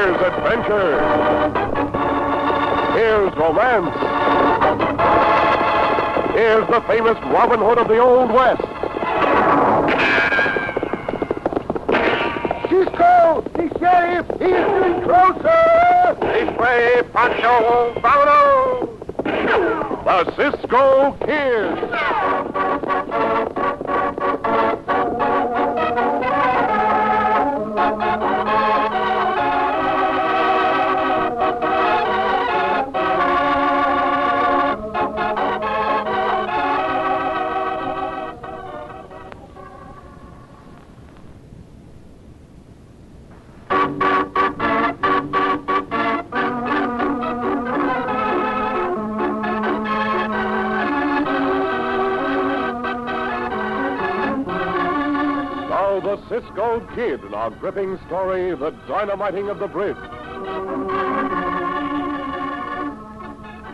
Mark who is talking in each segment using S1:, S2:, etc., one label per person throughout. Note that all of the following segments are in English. S1: adventure. Here's romance. Here's the famous Robin Hood of the Old West. Cisco, the sheriff, he is getting closer. This way, Pancho, vámonos. The Cisco Kid. Now the Cisco Kid in our gripping story, The Dynamiting of the Bridge.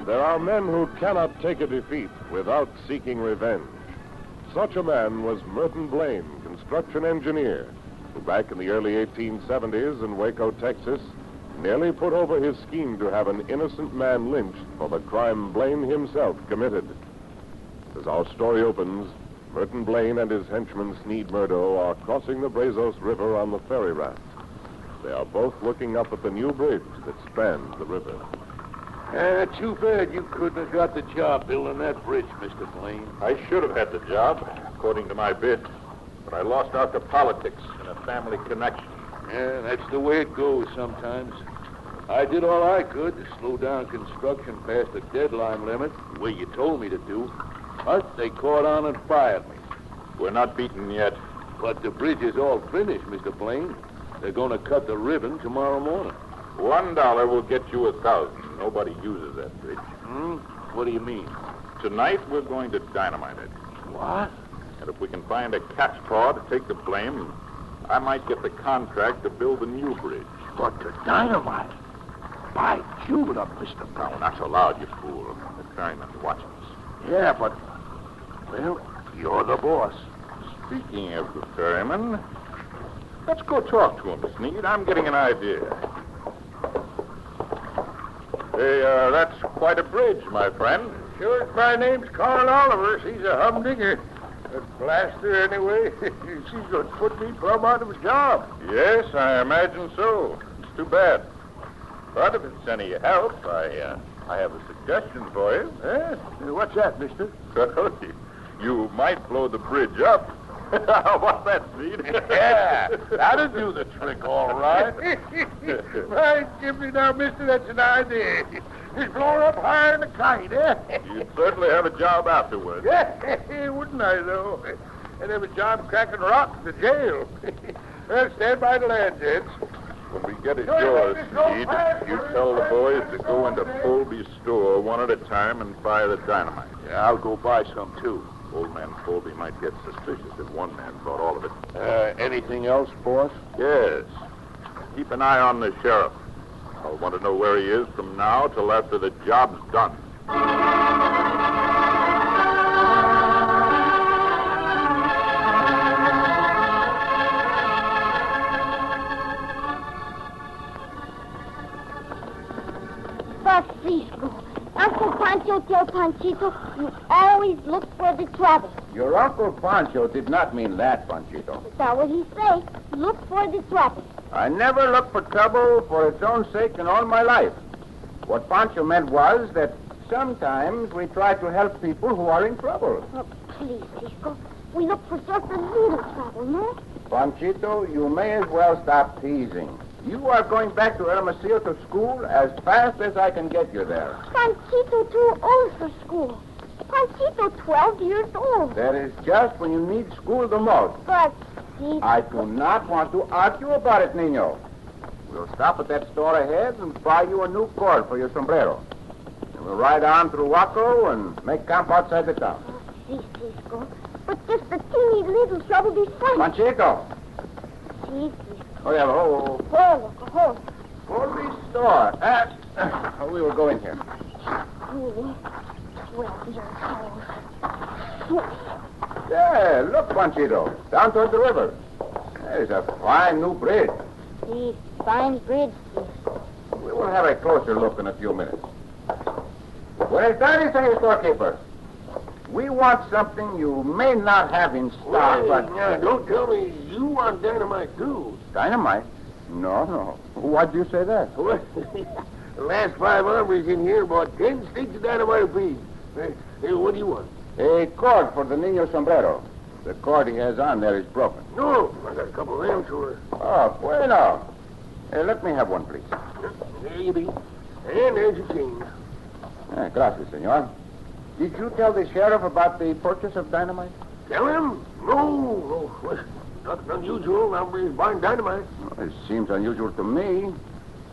S1: There are men who cannot take a defeat without seeking revenge. Such a man was Merton Blaine, construction engineer, who back in the early 1870s in Waco, Texas, nearly put over his scheme to have an innocent man lynched for the crime Blaine himself committed. As our story opens, Merton Blaine and his henchman Sneed Murdo are crossing the Brazos River on the ferry raft. They are both looking up at the new bridge that spans the river.
S2: Uh, too bad you couldn't have got the job building that bridge, Mr. Blaine.
S3: I should have had the job, according to my bid, but I lost out to politics and a family connection.
S2: Yeah, that's the way it goes sometimes. I did all I could to slow down construction past the deadline limit, the way you told me to do. But they caught on and fired me.
S3: We're not beaten yet.
S2: But the bridge is all finished, Mr. Blaine. They're going to cut the ribbon tomorrow morning.
S3: One dollar will get you a thousand. Nobody uses that bridge.
S2: Hmm? What do you mean?
S3: Tonight, we're going to dynamite it.
S2: What?
S3: And if we can find a cat's paw to take the blame, I might get the contract to build a new bridge.
S2: But the dynamite. By Jupiter, Mr.
S3: Now, not so loud, you fool. The ferryman's watching us.
S2: Yeah, but. Well, you're the boss.
S3: Speaking of the ferryman, let's go talk to him, Sneed. I'm getting an idea. Hey, uh, that's quite a bridge, my friend.
S2: Sure, my name's Colin Oliver. She's a humdinger. A blaster, anyway. She's going to put me plumb out of a job.
S3: Yes, I imagine so. It's too bad. But if it's any help, I uh, I have a suggestion for you.
S2: Eh? What's that, mister?
S3: Well, you- you might blow the bridge up. What's that, Sneed?
S2: Yeah, that'll do the trick, all right. right, Jimmy, now, mister, that's an idea. Just blow her up higher than a kite, eh?
S3: You'd certainly have a job afterwards.
S2: Yeah, wouldn't I, though? I'd have a job cracking rocks to jail. well, stand by the land, gents.
S3: When we get
S2: Go ahead,
S3: ashore,
S2: Mrs. Gold,
S3: Sneed,
S2: fast,
S3: you
S2: Mrs.
S3: tell the
S2: Gold,
S3: boys to
S2: Mrs.
S3: go into
S2: Gold,
S3: Folby's store one at a time and fire the dynamite.
S2: Yeah, I'll go buy some, too.
S3: Old man Folby might get suspicious if one man bought all of it.
S2: Uh, anything else, boss?
S3: Yes. Keep an eye on the sheriff. I'll want to know where he is from now till after the job's done.
S4: Francisco, Uncle Pancho tell Panchito you always look for the trouble.
S5: Your Uncle Pancho did not mean that, Panchito.
S4: That what he say. Look for the trouble.
S5: I never looked for trouble for its own sake in all my life. What Pancho meant was that sometimes we try to help people who are in trouble.
S4: Oh, please, Cisco. We look for just a little trouble, no?
S5: Panchito, you may as well stop teasing. You are going back to Hermosillo to school as fast as I can get you there.
S4: Panchito too old for school. Panchito 12 years old.
S5: That is just when you need school the most.
S4: But, Cisco,
S5: I do not want to argue about it, Nino. We'll stop at that store ahead and buy you a new cord for your sombrero. And we'll ride on through Waco and make camp outside the town.
S4: see, Cisco. But just a teeny little trouble be fun.
S5: Panchico!
S4: See, Cisco.
S5: Oh, yeah, oh,
S4: Oh, look, oh,
S5: oh. Holy store. Ah, uh, we will go in here.
S4: really? 12 eh? years
S5: Yeah, look, Panchito. Down toward the river. There's a fine new bridge.
S4: old. See, fine bridge, Cisco.
S5: We will have a closer look in a few minutes. Well, that is a storekeeper. We want something you may not have in stock, but
S2: now, don't tell me you want dynamite, too.
S5: dynamite. No, no. Why'd you say that?
S2: Well, the last five hours in here bought ten sticks of dynamite apiece. Hey, hey, what do you want?
S5: A cord for the Nino sombrero. The cord he has on there is broken.
S2: No, Oh, I got a couple of them, sure.
S5: Oh, bueno. Hey, let me have one, please.
S2: There you be. And there's your change.
S5: Eh, gracias, senor. Did you tell the sheriff about the purchase of dynamite?
S2: Tell him? No, no. Nothing unusual. Nobody's buying dynamite.
S5: Well, it seems unusual to me.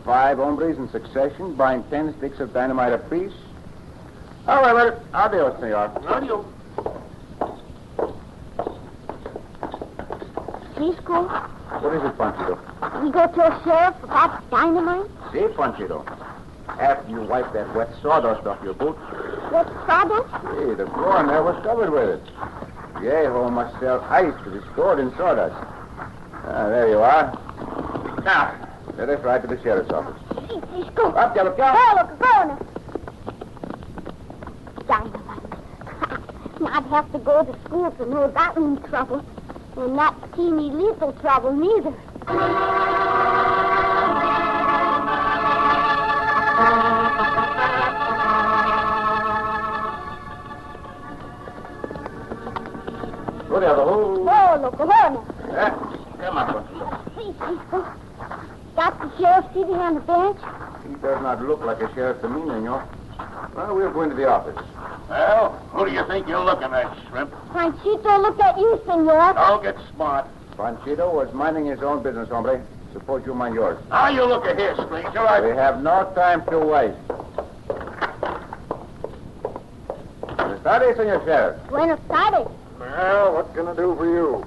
S5: Five hombres in succession buying ten sticks of dynamite apiece. However, adios, senor.
S2: Adios.
S4: Cisco,
S5: What is it, Panchito?
S4: we go to a sheriff about dynamite?
S5: See, Panchito. After you wipe that wet sawdust off your boots,
S4: What sawdust?
S5: Hey, the floor in there was covered with it. Yeho must sell ice that is stored in sawdust. Ah, there you are. Now, let us ride to the sheriff's office.
S4: Sí, Cisco.
S5: Up, yellow cow.
S4: Go, look, go now. Dynamite. Not have to go to school to know that mean trouble. And not teeny little trouble, neither.
S5: Go there, the whole.
S4: Go, look, go now.
S5: Eh? Come on, Panchito.
S4: See, Cisco. Got the sheriff sitting on the bench?
S5: He does not look like a sheriff to me, Nino. Well, we'll go into the office.
S3: Well, who do you think you're looking at, Shrimp?
S4: Panchito, look at you, senor.
S3: Don't get smart.
S5: Panchito was minding his own business, hombre. Suppose you mind yours.
S3: Now Ah, you look at here, stranger.
S5: We
S3: I...
S5: have no time to waste. Study, Senor Sheriff.
S4: Buenos tardes.
S2: Well, what can I do for you?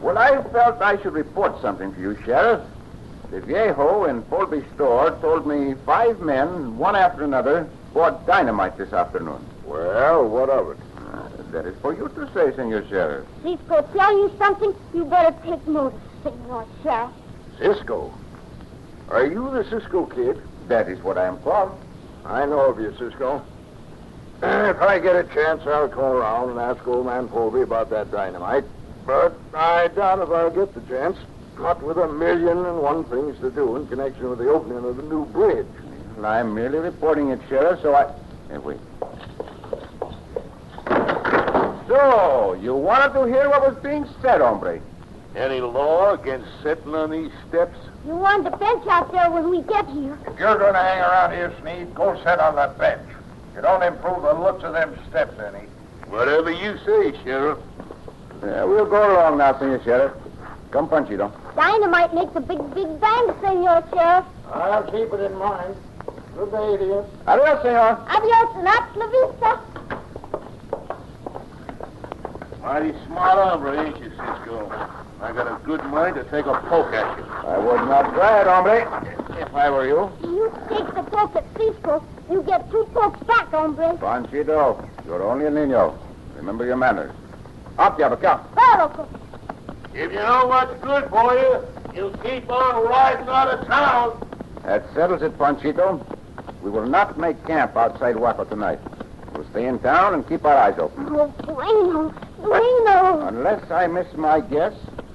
S5: Well, I felt I should report something to you, Sheriff. The viejo in Polby store told me five men, one after another, bought dynamite this afternoon.
S2: Well, what of it?
S5: Uh, that is for you to say, Senor Sheriff.
S4: Cisco, tell you something, you better take notice, senor sheriff.
S2: Cisco. Are you the Cisco kid?
S5: That is what I am called.
S2: I know of you, Cisco. If I get a chance, I'll call around and ask old man Polby about that dynamite. But I doubt if I'll get the chance. Not with a million and one things to do in connection with the opening of the new bridge.
S5: And I'm merely reporting it, Sheriff, so I... Hey, wait. So, you wanted to hear what was being said, hombre.
S2: Any law against sitting on these steps?
S4: You want the bench out there when we get here.
S3: If you're going to hang around here, Sneed, go sit on that bench. You don't improve the looks of them steps any.
S2: Whatever you say, Sheriff.
S5: Yeah, we'll go along now, Senor Sheriff. Come, Panchito.
S4: Dynamite makes a big, big bang, senor sheriff.
S2: I'll keep it in mind. Good day to you.
S5: Adios, senor.
S4: Adios and hasta la vista.
S2: Mighty smart hombre, ain't you, Cisco? I got a good mind to take a poke at you.
S5: I would not try it, hombre, if I were you.
S4: You take the poke at Cisco, you get two pokes back, hombre.
S5: Panchito, you're only a niño. Remember your manners. Up, Yabacal.
S4: Go, loco.
S2: If you know what's good for you, you keep on riding out of town.
S5: That settles it, Panchito. We will not make camp outside Waco tonight. We'll stay in town and keep our eyes open.
S4: Oh, bueno, bueno.
S5: Unless I miss my guess,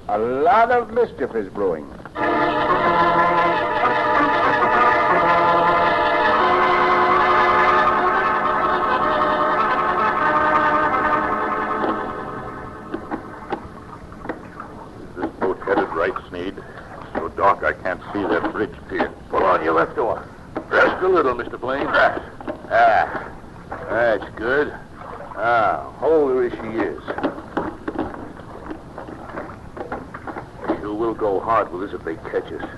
S5: a lot of mischief is brewing.
S3: Is this boat headed right, Sneed? It's so dark I can't see that bridge pier. Pull on your left oar.
S2: Rest a little, Mr. Blaine. Ah, that's good. Ah, hold her as she is. They sure will go hard with us if they catch us.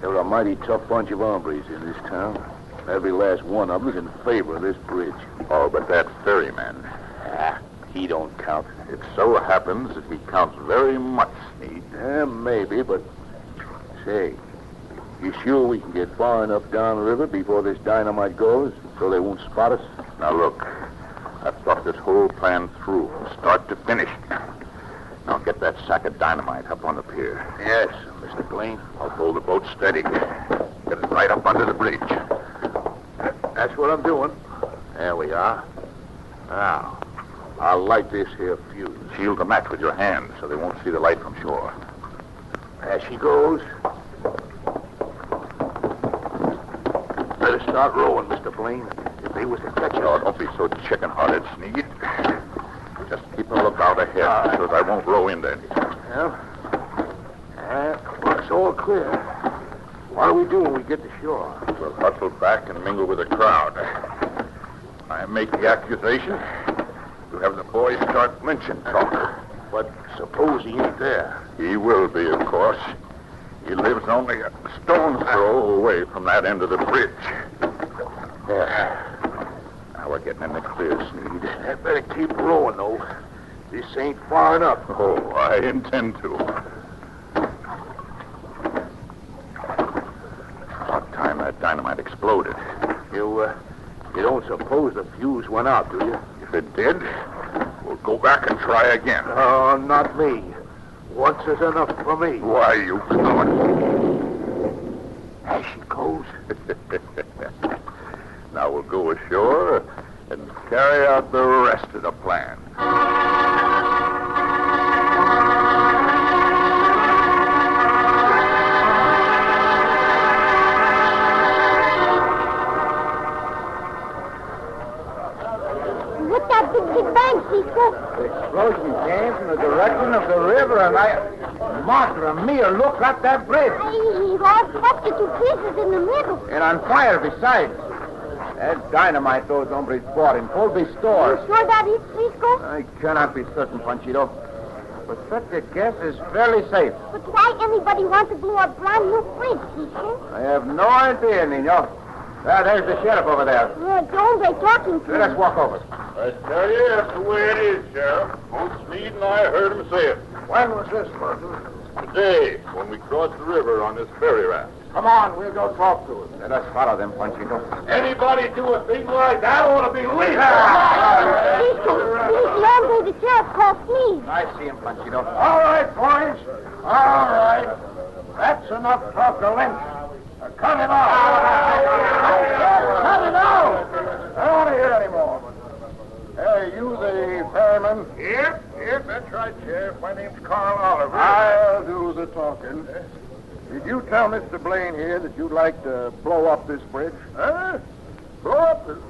S2: They're a mighty tough bunch of hombres in this town. Every last one of them's in favor of this bridge.
S3: Oh, but that ferryman.
S2: Ah, he don't count.
S3: It so happens that he counts very much, Sneed.
S2: Eh, maybe, but say, you sure we can get far enough downriver before this dynamite goes, so they won't spot us?
S3: Now look, I've thought this whole plan through, from start to finish. Now get that sack of dynamite up on the pier.
S2: Yes, Mr. Blaine.
S3: I'll hold the boat steady. Get it right up under the bridge.
S2: That's what I'm doing.
S3: There we are. Now, I'll light this here fuse. Shield the match with your hand so they won't see the light from shore.
S2: There she goes.
S3: Better start rowing, Mr. Blaine. If they was to catch us... Oh, don't be so chicken-hearted, Sneed. Just keep a lookout ahead
S2: Ah.
S3: so that I won't row into anything.
S2: It's all clear. What do we do when we get to shore?
S3: We'll hustle back and mingle with the crowd. I make the accusation. You have the boys start lynching talk.
S2: But suppose he ain't there.
S3: He will be, of course. He lives only a stone's throw away from that end of the bridge. There. Now we're getting in the clear, Sneed.
S2: I better keep rowing, though. This ain't far enough.
S3: Oh, I intend to. About time that dynamite exploded.
S2: You, uh, you don't suppose the fuse went out, do you?
S3: If it did, we'll go back and try again.
S2: Oh, not me. Once is enough for me.
S3: Why, you coward.
S2: There she goes.
S3: Now we'll go ashore and carry out the rest of the plan.
S4: Look that big, big bank, Cisco.
S5: The explosion came from the direction of the river, and I. Madre mia, look at that bridge.
S4: Hey, He's all cut into pieces in the middle.
S5: And on fire besides. That dynamite those hombres bought in Colby's
S4: You
S5: store.
S4: sure that is, Cisco?
S5: I cannot be certain, Panchito. But such a guess is fairly safe.
S4: But why anybody want to do a brand new bridge, Cisco?
S5: I have no idea, Nino. Ah, there's the sheriff over there.
S4: Uh, don't they talking to
S5: Let us
S4: you?
S5: walk over.
S3: I tell you, that's the way it is, Sheriff. Both Sneed and I heard him say it.
S2: When was this, Merton?
S3: Today, when we crossed the river on this ferry raft.
S2: Come on, we'll go talk to him.
S5: Let us follow them, Panchito.
S3: Anybody do a thing like that ought to be legal.
S4: Cisco, he's the hombre the sheriff called Sneeze.
S5: I see him, Panchito.
S2: All right, boys. All right. That's enough talk of lynch. Now Cut it out. Cut it out. I don't want to hear any more. Hey, you the ferryman?
S3: Yep, yep, that's right, Sheriff. My name's Carl Oliver.
S2: I'll do the talking. Did you tell Mr. Blaine here that you'd like to blow up this bridge?
S3: Huh? Blow up the...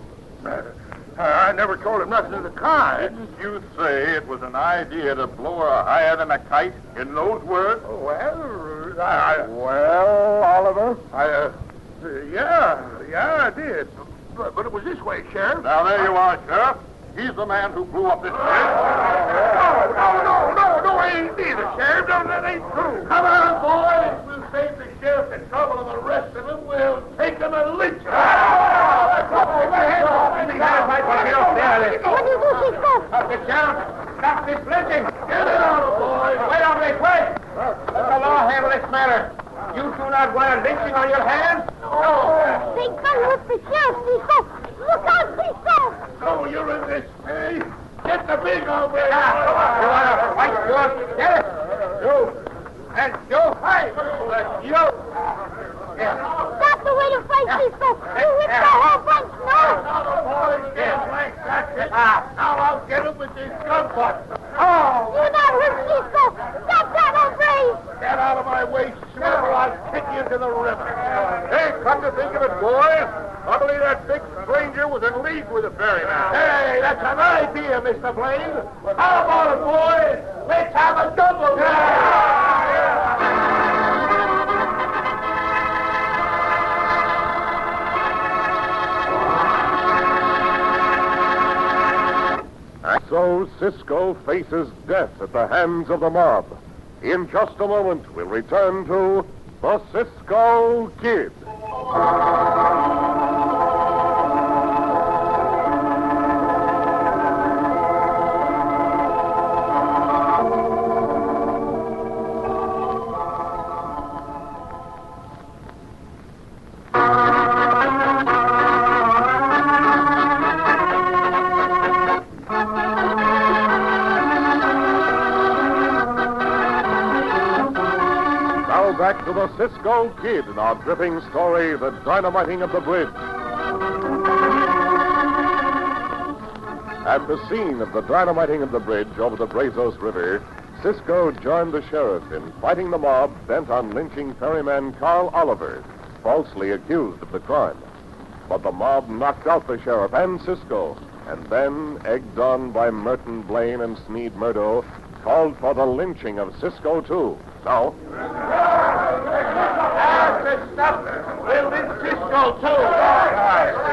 S3: I never told him nothing of the kind. Didn't you say it was an idea to blow her higher than a kite in those words? Oh, Well, I...
S2: Well, Oliver,
S3: I, uh, yeah, yeah, I did. But, but it was this way, Sheriff. Now, there you are, Sheriff. He's the man who blew up this bridge. No, no, no, no, no, I ain't neither, Sheriff. No, that ain't true. Come on, boys. We'll save the sheriff the trouble, and the rest of them will take him and lynch him.
S4: What do you do, Cisco?
S5: Stop this lynching!
S3: Get it out of boys.
S5: Wait, hombre, wait! Let the law handle this matter. You do not want a lynching on your hands? No!
S4: Big gun was the sheriff, Cisco. Look out, Cisco.
S3: No, Oh, you're in this. Hey, get the big hombre.
S5: Ah, You want to fight, you get it? You! And you! Hey! You!
S4: Stop the way to fight, Cisco. You hit the whole bunch now.
S3: Ah.
S5: Ah.
S3: Now I'll get him with this gun butt.
S4: Do
S5: Oh.
S4: not hurt Cisco. Stop that, hombre.
S3: Get out of my way, Silver. I'll kick you into the river. Hey, come to think of it, boys, I believe that big stranger was in league with the ferryman. Hey, that's an idea, Mr. Blaine. How about it, boys? Let's have a double.
S1: So Cisco faces death at the hands of the mob. In just a moment, we'll return to the Cisco Kid. Now Now back to the Cisco Kid in our gripping story, The Dynamiting of the Bridge. At the scene of the dynamiting of the bridge over the Brazos River, Cisco joined the sheriff in fighting the mob bent on lynching ferryman Carl Oliver, falsely accused of the crime. But the mob knocked out the sheriff and Cisco, and then, egged on by Merton Blaine and Sneed Murdo, called for the lynching of Cisco, too. So,
S3: We'll be Cisco, too.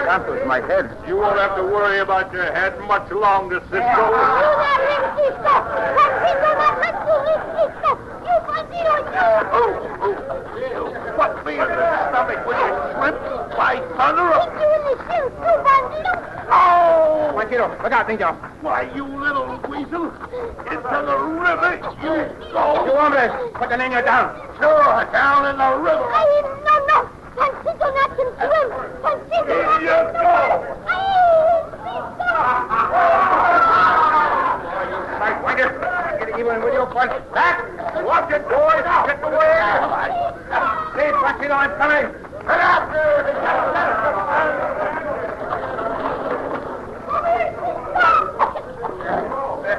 S5: That was my head.
S3: You won't have to worry about your head much longer, Cisco. What me in the stomach when you slip? By thunder, a- oh!
S5: Look out, Nino.
S3: Why, you little weasel! Into the river you go!
S5: hombres, put the Nino down.
S3: Sure, down in the river Here you go!
S5: Right, waiter. Get even with your punch. Back. Watch it, boys. Get the way out. Hey, Pachino, I'm coming.
S3: Get out!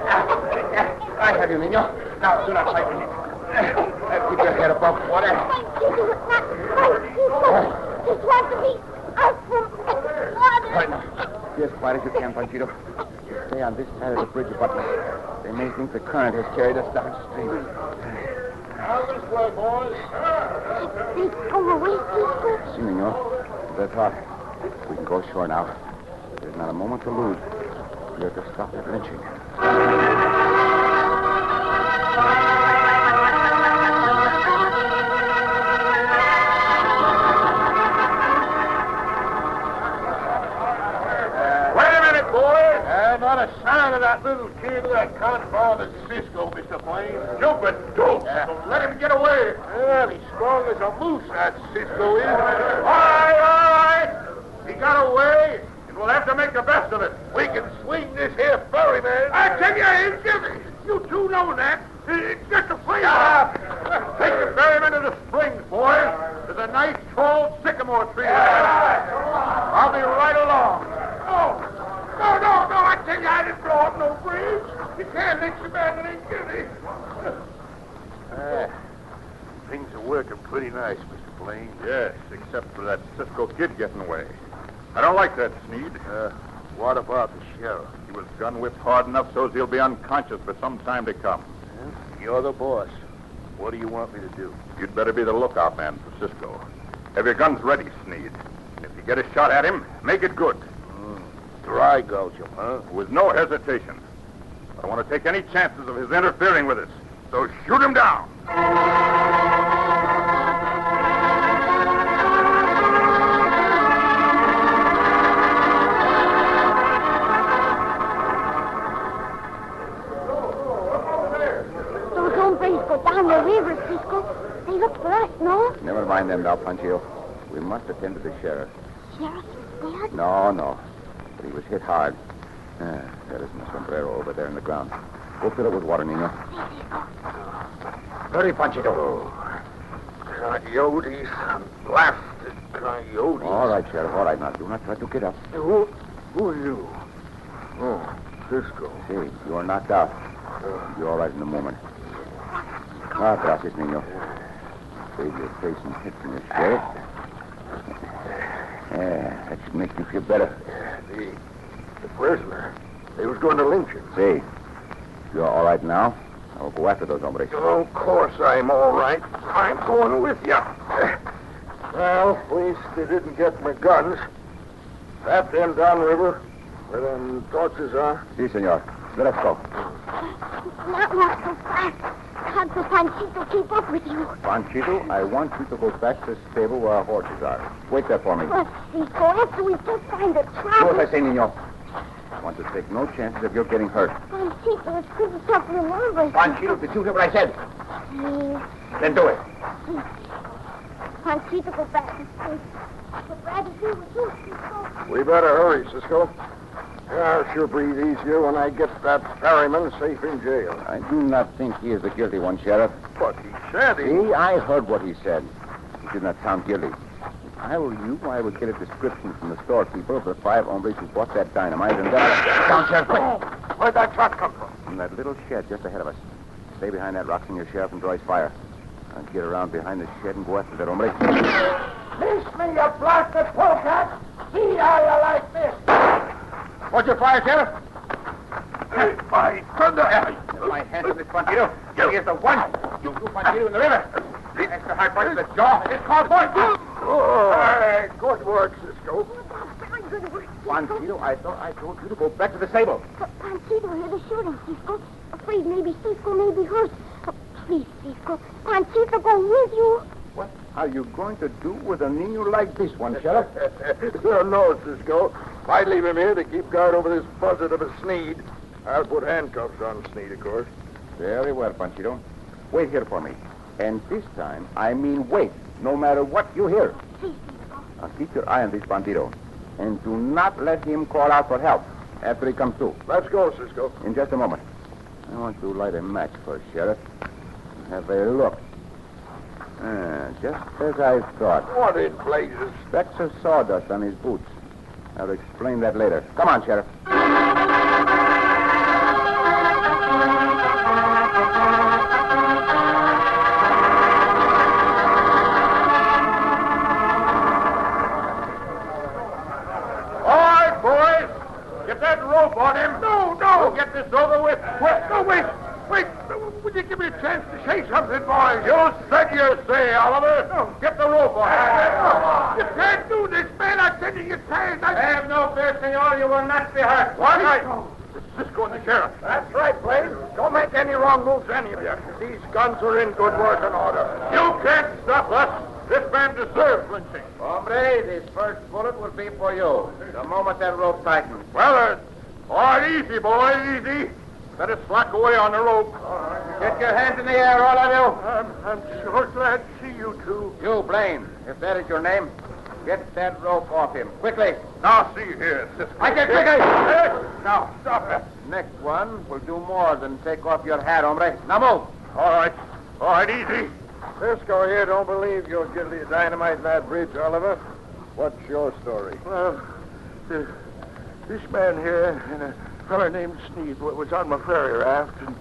S5: I have you, Nino. Now, do not fight me. Uh, Keep your head above water. Yes, quiet as you can, Panchito. Stay on this side of the bridge, Butler. They may think the current has carried us downstream. See, Senor, that's hot. We can go ashore now. There's not a moment to lose. We have to stop that lynching.
S3: Wait a minute, boys! Uh, not a sign of that little kid that confounded Cisco, Mr. Blaine. Stupid dope! Don't let him get away! Well, he's strong as a moose, that Cisco is. All right, all right! He got away, and we'll have to make the best of it. We can swing this here ferryman. I tell you, it's Jimmy! You two know that. It- It's just a play. Up. Take the ferryman to the springs, boys. There's a nice tall sycamore tree. I'll be right along. Oh, no, no, no. I tell you, I didn't blow up no bridge. You can't lynch a man that ain't guilty. things are working pretty nice, Mr. Blaine. Yes, except for that Cisco kid getting away. I don't like that, Sneed. Uh, what about the sheriff? He was gun whipped hard enough so's he'll be unconscious for some time to come. You're the boss. What do you want me to do? You'd better be the lookout man for Cisco. Have your guns ready, Sneed. And if you get a shot at him, make it good. Hmm. Dry gouge him, huh? With no hesitation. I don't want to take any chances of his interfering with us. So shoot him down.
S4: Those hombres go down the river, Cisco. They look for us, no?
S5: Never mind them now, Panchito. We must attend to the sheriff.
S4: Sheriff, dead?
S5: No, no. But he was hit hard. Ah, that is my sombrero over there in the ground. Go fill it with water, Nino. Hurry, Panchito.
S2: Coyotes and blasted coyotes.
S5: All right, Sheriff. All right, now. Do not try to get up.
S2: Who, who are you? Oh, Cisco.
S5: See, you are knocked out. You're all right in a moment. Ah, gracias, niño. Save your face and head from the sheriff. Yeah, that should make you feel better.
S2: The, the prisoner. They was going to lynch him.
S5: See, you're all right now. I will go after those hombres.
S2: Oh, of course I'm all right. I'm going with you. Well, at least they didn't get my guns. Trap them downriver where them torches are.
S5: See, senor. Let us go.
S4: Not walk so fast. Can't the Panchito keep up with you?
S5: Panchito, I want you to go back to the stable where our horses are. Wait there for me.
S4: But, Cisco, after we just find a
S5: Do
S4: travel,
S5: as I say, niño. I want to take no chances of your getting hurt.
S4: Panchito is pretty tough to over.
S5: Panchito, did you hear what I said?
S4: Yeah.
S5: Then do it.
S4: Panchito, go back to sleep. But rather be with you, Cisco.
S2: We better hurry, Cisco. Yeah, she'll breathe easier when I get that ferryman safe in jail.
S5: I do not think he is the guilty one, Sheriff.
S3: But he said
S5: See, I heard what he said. He did not sound guilty. If I were you, I would get a description from the storekeeper of the five hombres who bought that dynamite and that... Down, Sheriff, quick!
S3: Where'd that shot come from?
S5: From that little shed just ahead of us. Stay behind that rock, Senor Sheriff, and draw his fire. I'll get around behind the shed and go after that hombre.
S3: Miss me, you blasted polecat! See how you like this!
S5: What's your fire, Sheriff?
S3: Hey, by thunder!
S5: My hands on this Fondido. Here's the one. You, you Fondido in the river. Extra hard punch to the jaw. It's called one.
S2: Oh, good work, Cisco.
S4: Very good work.
S5: Fondido, I thought I told you to go back to the stable.
S4: But Panchito heard the shooting, Cisco. Afraid maybe Cisco may be hurt. Oh, please, Cisco. Panchito go with you.
S5: What are you going to do with a Nino like this one, Sheriff?
S2: no, no, Cisco. If I leave him here to keep guard over this buzzard of a Sneed, I'll put handcuffs on Sneed, of course.
S5: Very well, Panchito. Wait here for me. And this time, I mean wait, no matter what you hear. Now keep your eye on this Bandito. And do not let him call out for help after he comes to.
S2: Let's go, Cisco.
S5: In just a moment. I want to light a match first, Sheriff. Have a look. Ah, just as I thought.
S2: What in blazes?
S5: Specks of sawdust on his boots. I'll explain that later. Come on, Sheriff.
S3: All right, boys. Get that rope on him. No, no. get this over with. Wait, no, wait. Wait. Would you give me a chance to say something, boys? You said you say, Oliver. No, get the rope on him. You can't do this, man. I said you, you're tired. I... Have no fear, senor. You will not be hurt. What? Cisco. Cisco and the sheriff.
S2: That's right, Blaze. Don't make any wrong moves, any of you. These guns are in good working order.
S3: You can't stop us. This man deserves lynching.
S5: Hombre, this first bullet will be for you. The moment that rope tightens.
S3: Well, uh, all right, easy, boys, easy. Better slack away on the rope.
S5: Get your hands in the air, all of
S3: I'm, I'm sure glad to see you two.
S5: you. You, Blaine, if that is your name, get that rope off him. Quickly.
S3: Now, see here, Cisco.
S5: I get quickly.
S3: Now, stop it.
S5: Next one will do more than take off your hat, hombre. Now move.
S3: All right, all right, easy.
S2: Cisco here don't believe you're guilty of dynamite in that bridge, Oliver. What's your story?
S3: Well, th- this man here and a fellow named Sneed wa- was on my ferry raft, and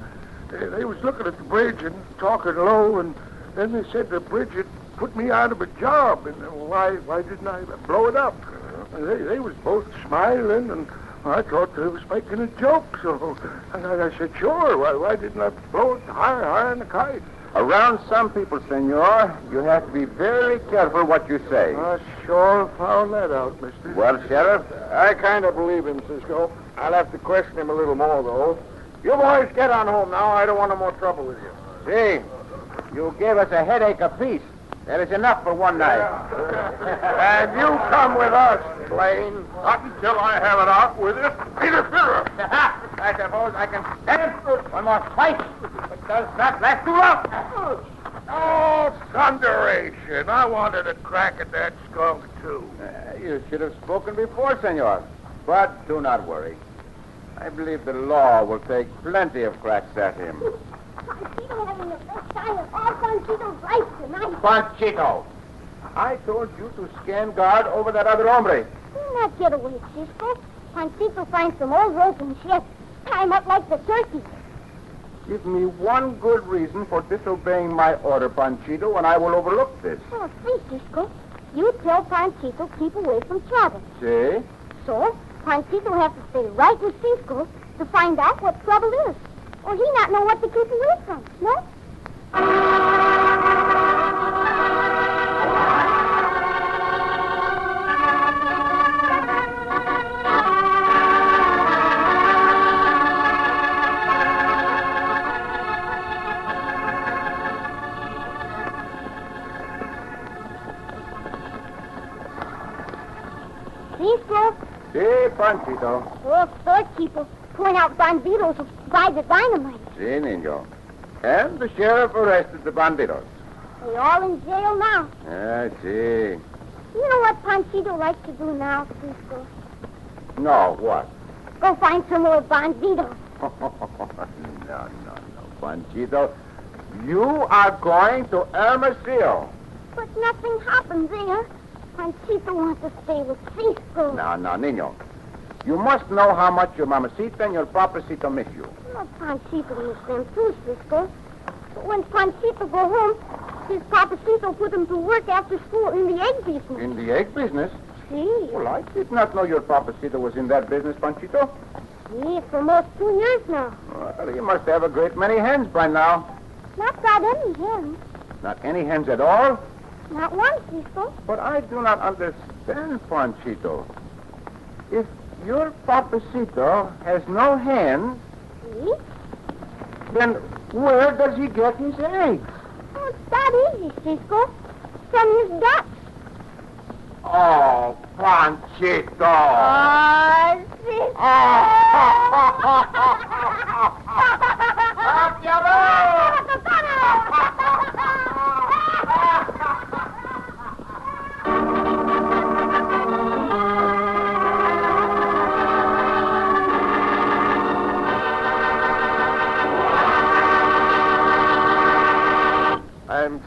S3: they, they was looking at the bridge and talking low, and then they said the bridge had put me out of a job, and why why didn't I blow it up? And They, they was both smiling, and I thought they was making a joke, so and I I said, sure, why, why didn't I blow it higher, higher in the kite?
S5: Around some people, senor, you have to be very careful what you say.
S3: I sure found that out, mister.
S5: Well, Sheriff,
S2: I kind of believe him, Cisco. I'll have to question him a little more, though. You boys get on home now. I don't want no more trouble with you.
S5: see, you gave us a headache apiece. That is enough for one night.
S2: And you come with us, Blaine.
S3: Not until I have it out with this interferer.
S5: I suppose I can stand it one more fight, but does not last too long.
S3: Oh, thunderation. I wanted a crack at that skunk, too.
S5: Uh, you should have spoken before, senor. But do not worry. I believe the law will take plenty of cracks at him.
S4: Panchito having the best time of all Panchito's life tonight.
S5: Panchito, I told you to scan guard over that other hombre.
S4: Do not get away, Cisco. Panchito finds some old rope and shit. Tie him up like the turkey.
S5: Give me one good reason for disobeying my order, Panchito, and I will overlook this.
S4: Oh, please, Cisco. You tell Panchito keep away from trouble.
S5: See?
S4: So, Panchito has to stay right with Cisco to find out what trouble is. Or he not know what to keep away from, no? Cisco,
S5: See, Panchito.
S4: Well, storekeeper point out banditos who buy the dynamite.
S5: See, Nino. And the sheriff arrested the Ah, banditos.
S4: They all in jail now.
S5: I see.
S4: You know what Panchito likes to do now, Cisco?
S5: No, what?
S4: Go find some more bandidos.
S5: no, no, no, Panchito. You are going to El Masil.
S4: But nothing happened there. Panchito wants to stay with Cisco.
S5: No, no, Nino. You must know how much your mamacita and your papacito miss you.
S4: Well, Panchito miss them too, Cisco. But when Panchito go home, his papacito put him to work after school in the egg business.
S5: In the egg business?
S4: See?
S5: Well, I did not know your papacito was in that business, Panchito.
S4: Yeah, for most two years now.
S5: Well, he must have a great many hens by now.
S4: Not got any hens.
S5: Not any hens at all?
S4: Not one, Cisco.
S5: But I do not understand, Panchito. If your papacito has no hens,
S4: See?
S5: then where does he get his eggs?
S4: Oh, it's that easy, Cisco. From his ducks.
S5: Oh, Panchito!
S4: Oh, Cisco.
S5: Up your nose!
S1: And